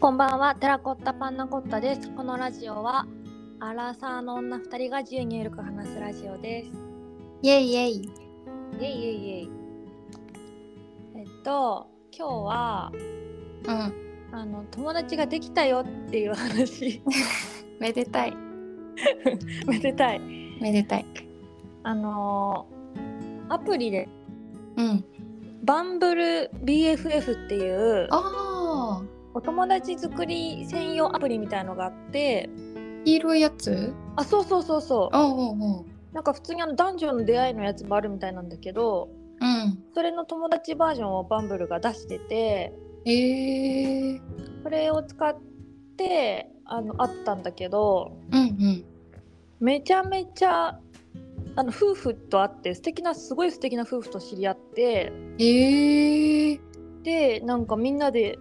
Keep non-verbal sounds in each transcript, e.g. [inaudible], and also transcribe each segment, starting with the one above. こんばんは、テラコッタパンナコッタです。このラジオは、アラサーの女二人が自由にゆるく話すラジオです。イェイイイェイ。ェイイェイイェイ。えっと、今日は、うん。あの、友達ができたよっていう [laughs] 話。めでたい。めでたい。めでたい。あのー、アプリで、うん。バンブル BFF っていう、ああ。お友達作り専用アプリみたいのがあって、黄色いやつあ、そうそうそうそう。おうおうおう。なんか普通にあの男女の出会いのやつもあるみたいなんだけど、うん。それの友達バージョンをバンブルが出しててええー。それを使ってあの会ったんだけどうんうん。めちゃめちゃあの夫婦と会って素敵なすごい素敵な夫婦と知り合ってええー。でなんかみんなで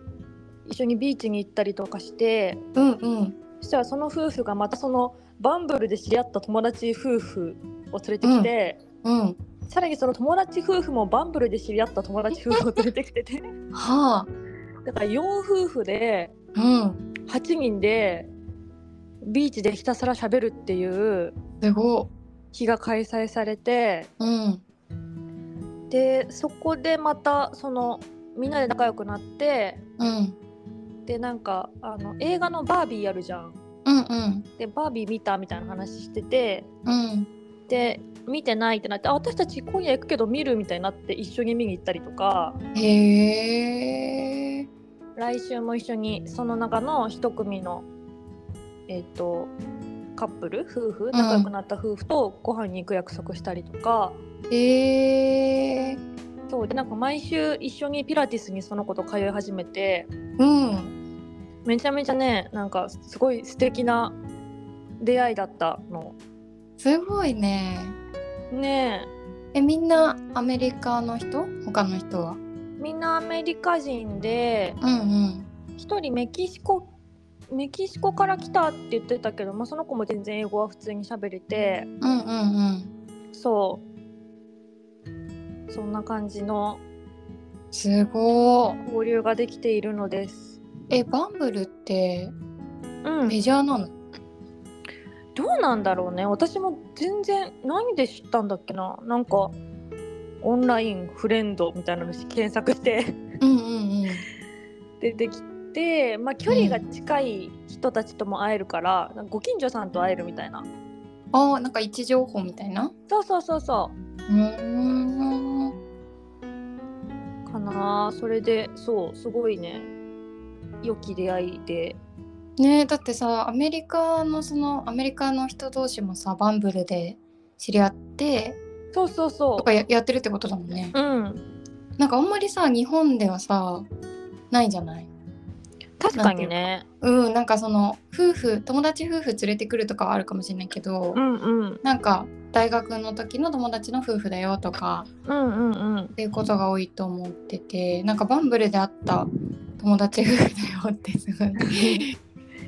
一緒にビーチに行ったりとかしてうんうん。そしたらその夫婦がまたそのバンブルで知り合った友達夫婦を連れてきて、うん。さらにその友達夫婦もバンブルで知り合った友達夫婦を連れてきてて [laughs] はあ。だから4夫婦でうん。 8人でビーチでひたすら喋るっていうすご日が開催されてい。うん。でそこでまたそのみんなで仲良くなってうん。でなんかあの映画の「バービー」やるじゃん。うんうん。でバービー見たみたいな話しててうん。で見てないってなってあ私たち今夜行くけど見るみたいになって一緒に見に行ったりとかへえ。来週も一緒にその中の一組のえっ、とカップル夫婦仲良くなった夫婦とご飯に行く約束したりとか。ええー。そうでなんか毎週一緒にピラティスにその子と通い始めてうん。めちゃめちゃねなんかすごい素敵な出会いだったのすごいね。ねえ、みんなアメリカの人他の人はえみんなアメリカ人でうんうん。 1人メキシコメキシコから来たって言ってたけど、まあ、その子も全然英語は普通に喋れてうんうんうん。そうそんな感じのすごい。交流ができているのですえバンブルってうんメジャーなの、どうなんだろうね私も全然何で知ったんだっけななんかオンラインフレンドみたいなの検索して [laughs] うん、うんうん出てきて、まあ、距離が近い人たちとも会えるから、なんかご近所さんと会えるみたいなあーなんか位置情報みたいなそうそうそうそうーんうかなそれでそうすごいね良き出会いでねえだってさアメリカのそのアメリカの人同士もさバンブルで知り合ってそうそうそとかややってるってことだもんねううんなんかあんまりさ日本ではさないじゃない確かにねうんなんかその夫婦友達夫婦連れてくるとかはあるかもしれないけど、うんうんなんか大学の時の友達の夫婦だよとかうんうん [laughs] うんっていうことが多いと思っててなんかバンブルで会った友達夫婦だよってすごい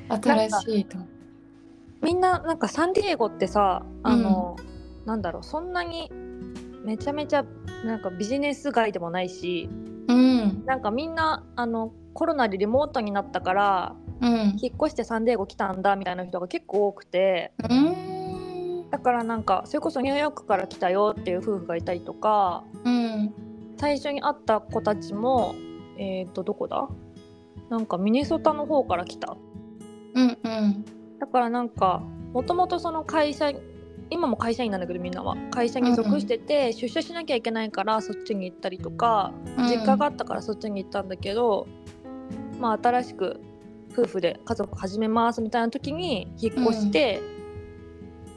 新しいと思うみんななんかサンディエゴってさあの、なんだろうそんなにめちゃめちゃなんかビジネス街でもないしうんなんかみんなあのコロナでリモートになったからうん引っ越してサンディエゴ来たんだみたいな人が結構多くてうーんだからなんかそれこそニューヨークから来たよっていう夫婦がいたりとかうん最初に会った子たちもえっ、とどこだなんかミネソタの方から来たうんうんだからなんかもともとその会社今も会社員なんだけどみんなは会社に属してて、出社しなきゃいけないからそっちに行ったりとか、実家があったからそっちに行ったんだけどまあ新しく夫婦で家族始めますみたいな時に引っ越して、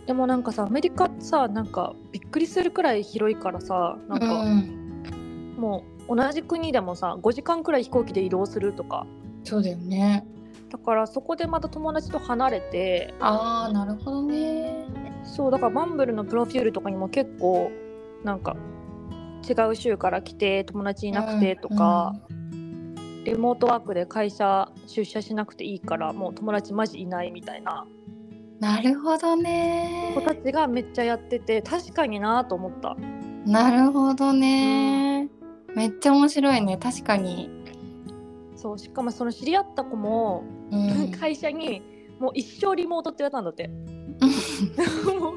でもなんかさアメリカさなんかびっくりするくらい広いからさなんうかん、もう同じ国でもさ5時間くらい飛行機で移動するとかそうだよねだからそこでまた友達と離れてああなるほどねそうだからバンブルのプロフィールとかにも結構なんか違う州から来て友達いなくてとか、、リモートワークで会社出社しなくていいからもう友達マジいないみたいなうんなるほどね子たちがめっちゃやってて確かになと思ったなるほどねめっちゃ面白いね確かにそうしかもその知り合った子も、うん会社にもう一生リモートって言われたんだ [laughs] って。もう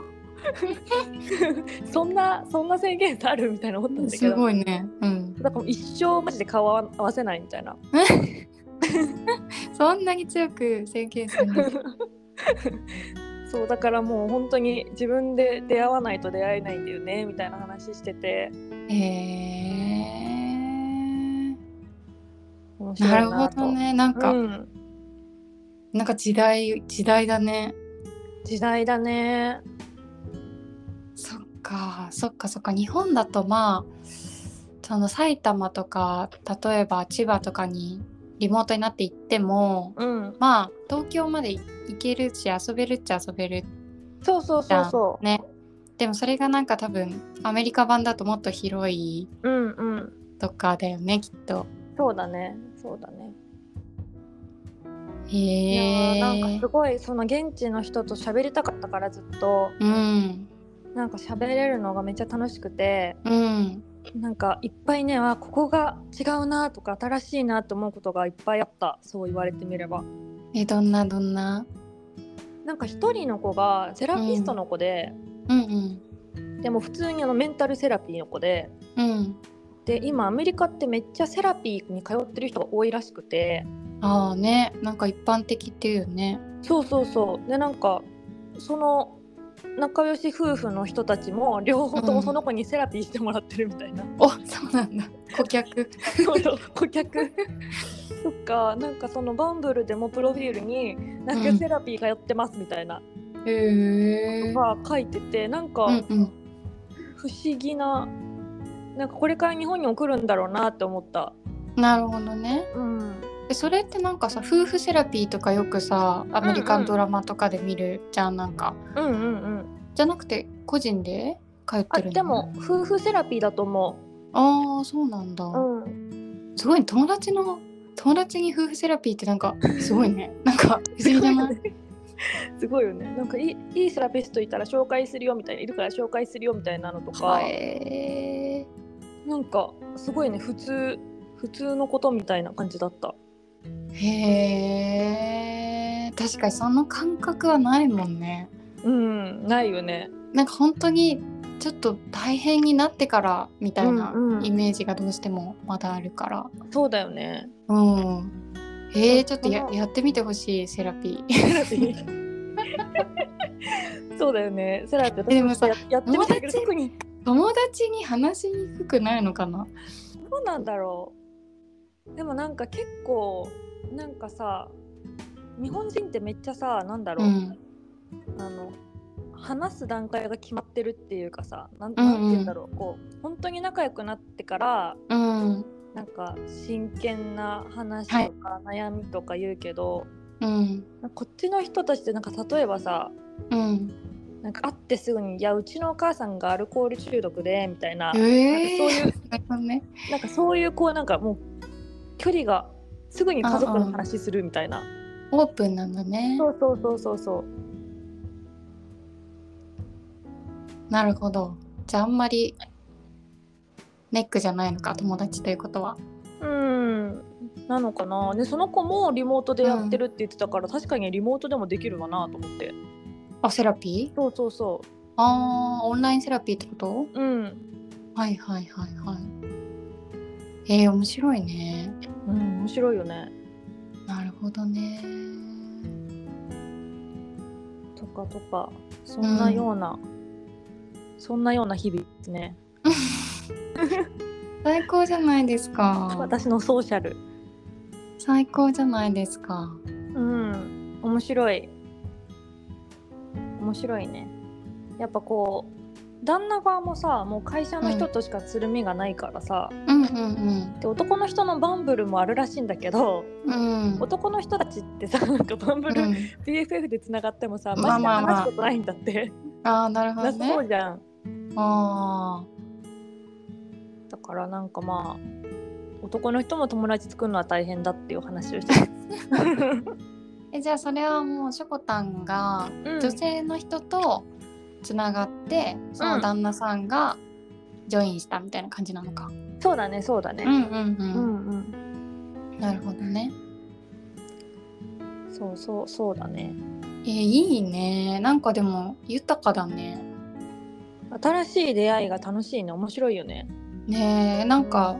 [laughs] そんなそんな制限あるみたいな思ったんだけすどごいね。うん。だからもう一生マジで顔合わせないみたいなそんなに強く宣言するの。そうだからもう本当に自分で出会わないと出会えないんだよねみたいな話しててへえ。面白いななるとほどね。なんか、うん、なんか時代時代だね。時代だねそっかそっかそっか日本だとまあその埼玉とか例えば千葉とかにリモートになって行ってもうんまあ東京まで行けるし遊べるっちゃ遊べるそうそうそうそねでもそれがなんか多分アメリカ版だともっと広いううんうんとかだよねきっとそうだねそうだねへいやーえなんかすごいその現地の人と喋りたかったからずっとうんなんか喋れるのがめっちゃ楽しくてうんなんかいっぱいねあここが違うなとか新しいなと思うことがいっぱいあったそう言われてみればえどんなどんななんか一人の子がセラピストの子で、うんうんでも普通にあのメンタルセラピーの子でうんで今アメリカってめっちゃセラピーに通ってる人が多いらしくてああねなんか一般的っていうよねそうそうそうでなんかその仲良し夫婦の人たちも両方ともその子にセラピーしてもらってるみたいな、おそうなんだ顧客そうそう顧 [laughs] 客とかなんかそのバンブルでもプロフィールになんうかんセラピー通ってますみたいなへえ。が書いててなんかうんうん。不思議ななんかこれから日本に送るんだろうなって思った。なるほどね。うん、でそれってなんかさ夫婦セラピーとかよくさアメリカンドラマとかで見るじゃんなんかうんうんうんじゃなくて個人で通っあてるのでも夫婦セラピーだと思ああそうなんだ、う、うん、すごい友達の友達に夫婦セラピーってなんかすごいねなんか不思議じゃないすごいよねなんかいいいいセラピストいたら紹介するよみたいないるから紹介するよみたいなのとか、へえなんかすごいね普通普通のことみたいな感じだったへえ確かにその感覚はないもんねうんないよねなんか本当にちょっと大変になってからみたいなうんうんイメージがどうしてもまだあるから。そうだよねうん、えー、ちそょうっとやそのやってみてほしいセラピー。セラピー [laughs] そうだよねセラピーでもさややってみたけ友ど達特に友達に話しにくくないのかな。どうなんだろうでもなんか結構なんかさ日本人ってめっちゃさなんだろうう、ん。あの話す段階が決まってるっていうかさなんうんうんなんて言うんだろう,、こう本当に仲良くなってからうん。なんか真剣な話とか悩みとか言うけど、うん。こっちの人たちってなんか例えばさうん。なんか会ってすぐに「いやうちのお母さんがアルコール中毒で」みたいな,、えそういえうー。なるほどね。なんかそういうこうなんかもう距離がすぐに家族の話するみたいな、オープンなんだね。そうそうそうそうそうなるほど。じゃああんまりネックじゃないのか友達ということは。うんなのかなでその子もリモートでやってるって言ってたから、確かにリモートでもできるわなと思ってあセラピー？そうそうそああオンラインセラピーってこと？ううん、はいはいはいはい。えー、面白いね。うん、面白いよねなるほどね。とかとかそんなような、そんなような日々ですね最高じゃないですか。私のソーシャル最高じゃないですか。うん面白い面白いねやっぱこう旦那側もさもう会社の人としかつるみがないからさ、うんうんで男の人のバンブルもあるらしいんだけどうん。うん。男の人たちってさなんかバンブル、うん BFF でつながってもさマまあジでまあまあ話すことないんだって、ああなるほどなさそね。うじゃんあだからなんかまあ男の人も友達作るのは大変だっていう話をしてた、あ。えじゃあそれはもうしょこたんがうん女性の人とつながって、その旦那さんがジョインしたみたいな感じなのか。そうだねそうだね、うんうんう。うんんうん、なるほどね。そうそうそうだねえーいいね。なんかでも豊かだね。新しい出会いが楽しいね面白いよねねえなんか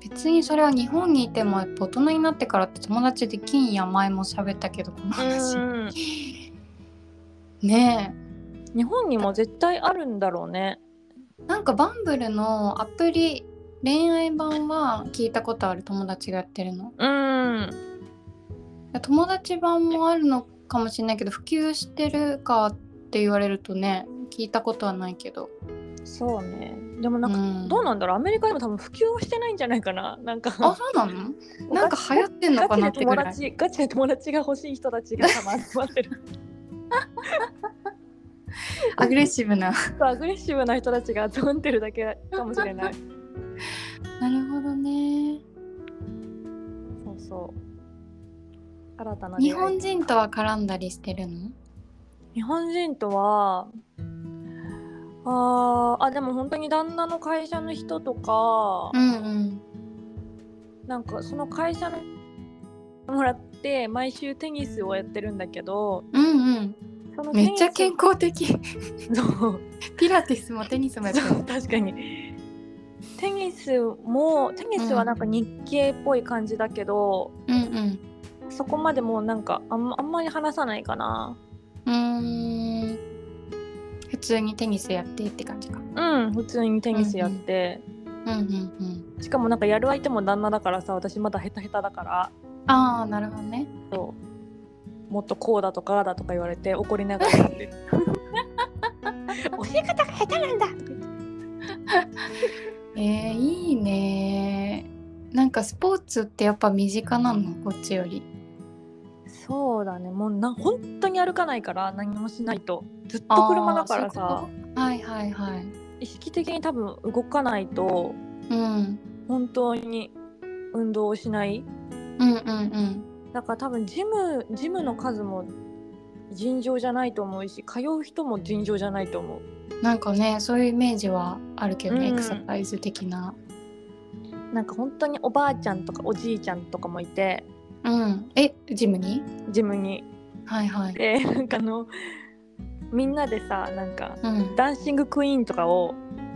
別にそれは日本にいてもやっぱ大人になってからって友達できんやん前も喋ったけどこの話。うんね日本にも絶対あるんだろうねえなんかバンブルのアプリ恋愛版は聞いたことある友達がやってるの。うん友達版もあるのかもしれないけど普及してるかって言われるとね聞いたことはないけど。そうねでもなんか、うんどうなんだろうアメリカでも多分普及はしてないんじゃないかななんかあそうなのなんか流行ってんのかガなっチでてぐ友らい。達ガチで友達が欲しい人たちがたまに集まって [laughs] るアグレッシブな。アグレッシブな人たちが集まってるだけかもしれないなるほどね。 [laughs] そうそう新たな出会い日本人とは絡んだりしてるの日本人とはあーあでも本当に旦那の会社の人とか、んうん。なんかその会社のもらって毎週テニスをやってるんだけどうんうん。そのめっちゃテ健ニ康的。スそうピラティスもテニスもやってるそう [laughs] 確かにテニスもテニスはなんか日系っぽい感じだけど、うんうん。そこまでもうなんかあん,、まあんまり話さないかなうーん。普通にテニスやってって感じか。うん普通にテニスやって、うんうんしかもなんかやる相手も旦那だからさ私まだヘタヘタだからうん。ああ、なるほどね。そうもっとこうだとかああだとか言われて怒りながらやってる [laughs] 教え方が下手なんだとか言ってえー、いいねなんかスポーツってやっぱ身近なのこっちより。そうだねもうな本当に歩かないから何もしないとずっと車だからあーさそういうことはいはいはい。意識的に多分動かないとうん。本当に運動をしないうんうんだから多分ジムジムの数も尋常じゃないと思うし通う人も尋常じゃないと思ううん。なんかね、そういうイメージはあるけどね、うんエクササイズ的な。なんか本当におばあちゃんとかおじいちゃんとかもいてうん。え、ジムにジムにはいはい。でなんかあのみんなでさなんかうん。ダンシングクイーンとかを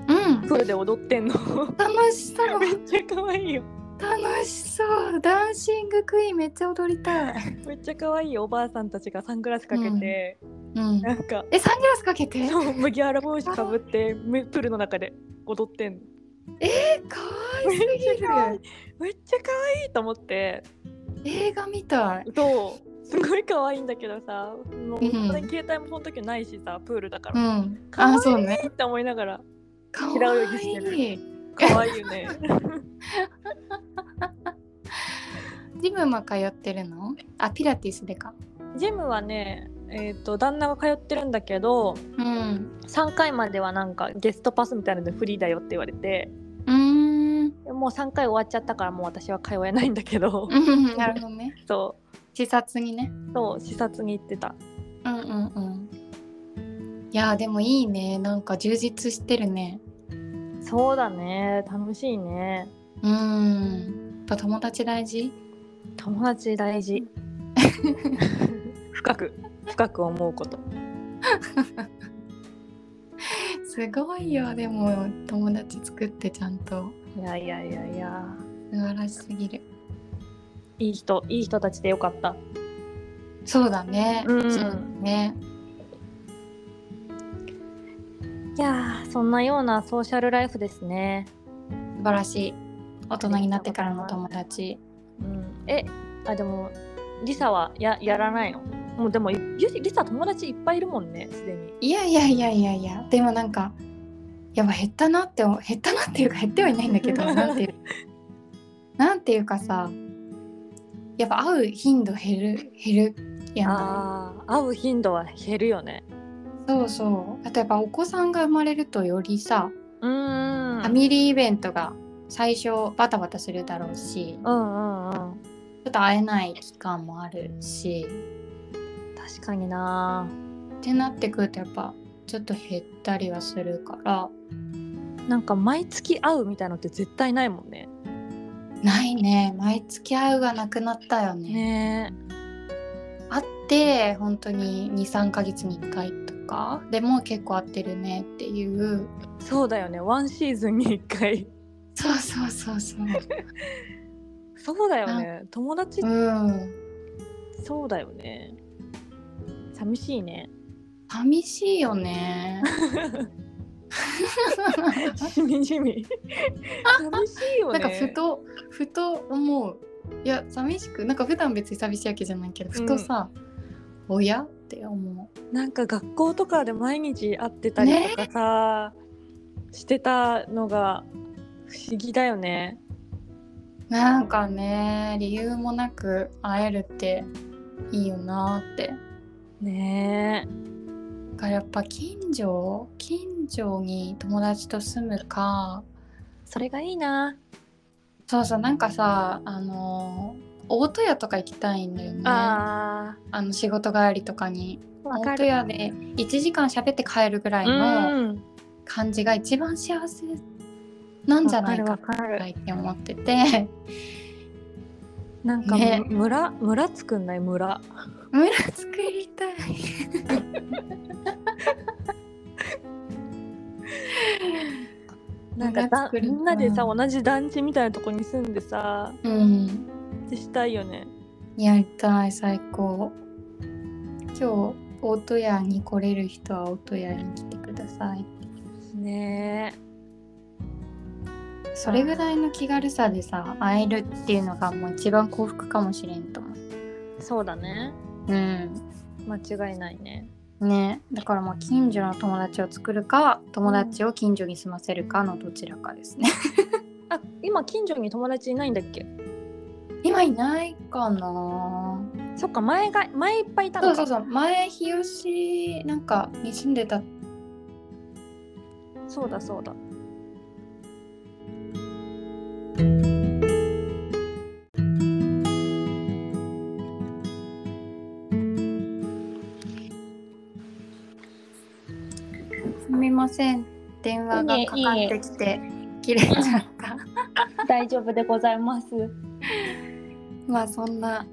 うん。プールで踊ってんの [laughs] 楽しそう。めっちゃ可愛いよ楽しそう。ダンシングクイーンめっちゃ踊り [laughs] たい。めっちゃ可愛いおばあさんたちがサングラスかけて、うん。なんかえ、サングラスかけて。そう麦わら帽子かぶってむプールの中で踊ってんのえ、かわいすめっちゃ可愛い [laughs] ぎめっちゃ可愛いと思ってる。映画みたい。そうすごい可愛いんだけどさもうう本ん当に携帯もその時ないしさプールだかうら、ん。可愛いあ、そうね。って思いながらか平わ泳ぎしてるいい。可愛いよねジムも通ってるのあ、ピラティスでか。ジムはねえっと旦那が通ってるんだけどうん。 3回まではなんかゲストパスみたいなのでフリーだよって言われてうーん。でもう3回終わっちゃったからもう私は通えないんだけど [laughs] うんなるほどね。そ自殺にね。うそう視察に行ってたうんうんうん。いやーでもいいね。なんか充実してるね。そうだね楽しいねうん。やっぱ友達大事友達大事 [laughs] 深く深く思うことすごいよ。でも友達作ってちゃんと。いやいやいやいや素晴らしすぎる。いい人いい人たちでよかったそうだね。うんそうだね。いやーそんなようなソーシャルライフですね、素晴らしい。大人になってからの友達。うん、えあでもリサはややらないのもうでもゆリサ友達いっぱいいるもんねすでにいやいやいやいやいや。でもなんか、やば減ったなって思う、減ったなっていうか減ってはいないんだけ [laughs] ど、なんていう、なんていうかさ、やっぱ会う頻度減る、減るやん。ああ会う頻度は減るよねそうそう。あとやっぱお子さんが生まれるとよりさ、うーんファミリーイベントが最初バタバタするだろうし、ちょうんうんうんっと会えない期間もあるし、確かになってなってくるとやっぱちょっと減ったりはするからなんか毎月会うみたいのって絶対ないもんねないね毎月会うがなくなったよねね会って本当に23ヶ月に1回とかでもう結構会ってるねっていうそうだよねワンシーズンに1回そうそうそうそうそうだよね友達うんそうだよね寂しい [laughs] ね寂しいよねしみじ [laughs] み寂しいよねなんかふとふと思ういや寂しくなんか普段別に寂しいわけじゃないけどふとさ「おや?」って思うなんか学校とかで毎日会ってたりとかさ、してたのが不思議だよねなんかね理由もなく会えるっていいよなーってねだからやっぱ近所近所に友達と住むかえそれがいいな、そうそうなんかさあのー大戸屋とか行きたいんだよねああの仕事帰りとかにーわ大か戸る屋で1時間喋って帰るぐらいのうん感じが一番幸せなんじゃないわかかるわかるって思ってて [laughs] なんか、ね村村作んない村村作りたいなんかだ作りみたいんなでさ同じ団地みたいなとこに住んでさうんってしたいよねやりたい最高今日大戸屋に来れる人は大戸屋に来てくださいねそれぐらいの気軽さでさ会えるっていうのがもう一番幸福かもしれんと思うえそうだねうん間違いないねねだからまあ近所の友達を作るか友達を近所に住ませるかのどちらかですねあ今近所に友達いないんだっけ [laughs] 今いないかなそっか前が前いっぱいいたのそかうそうそう前日吉なんかに住んでたそうだそうだ。すみません電話がかかってきて切れちゃった大丈夫でございます。まあそんな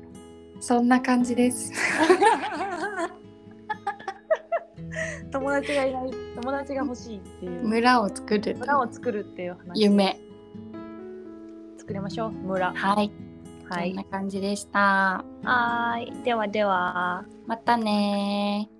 そんな感じです。 [laughs] 友達がいない、友達が欲しいっていう。村を作る村を作るっていう話。夢。作りましょう。村。はい、はそんい。な感じでした。はーい。ではでは。またねー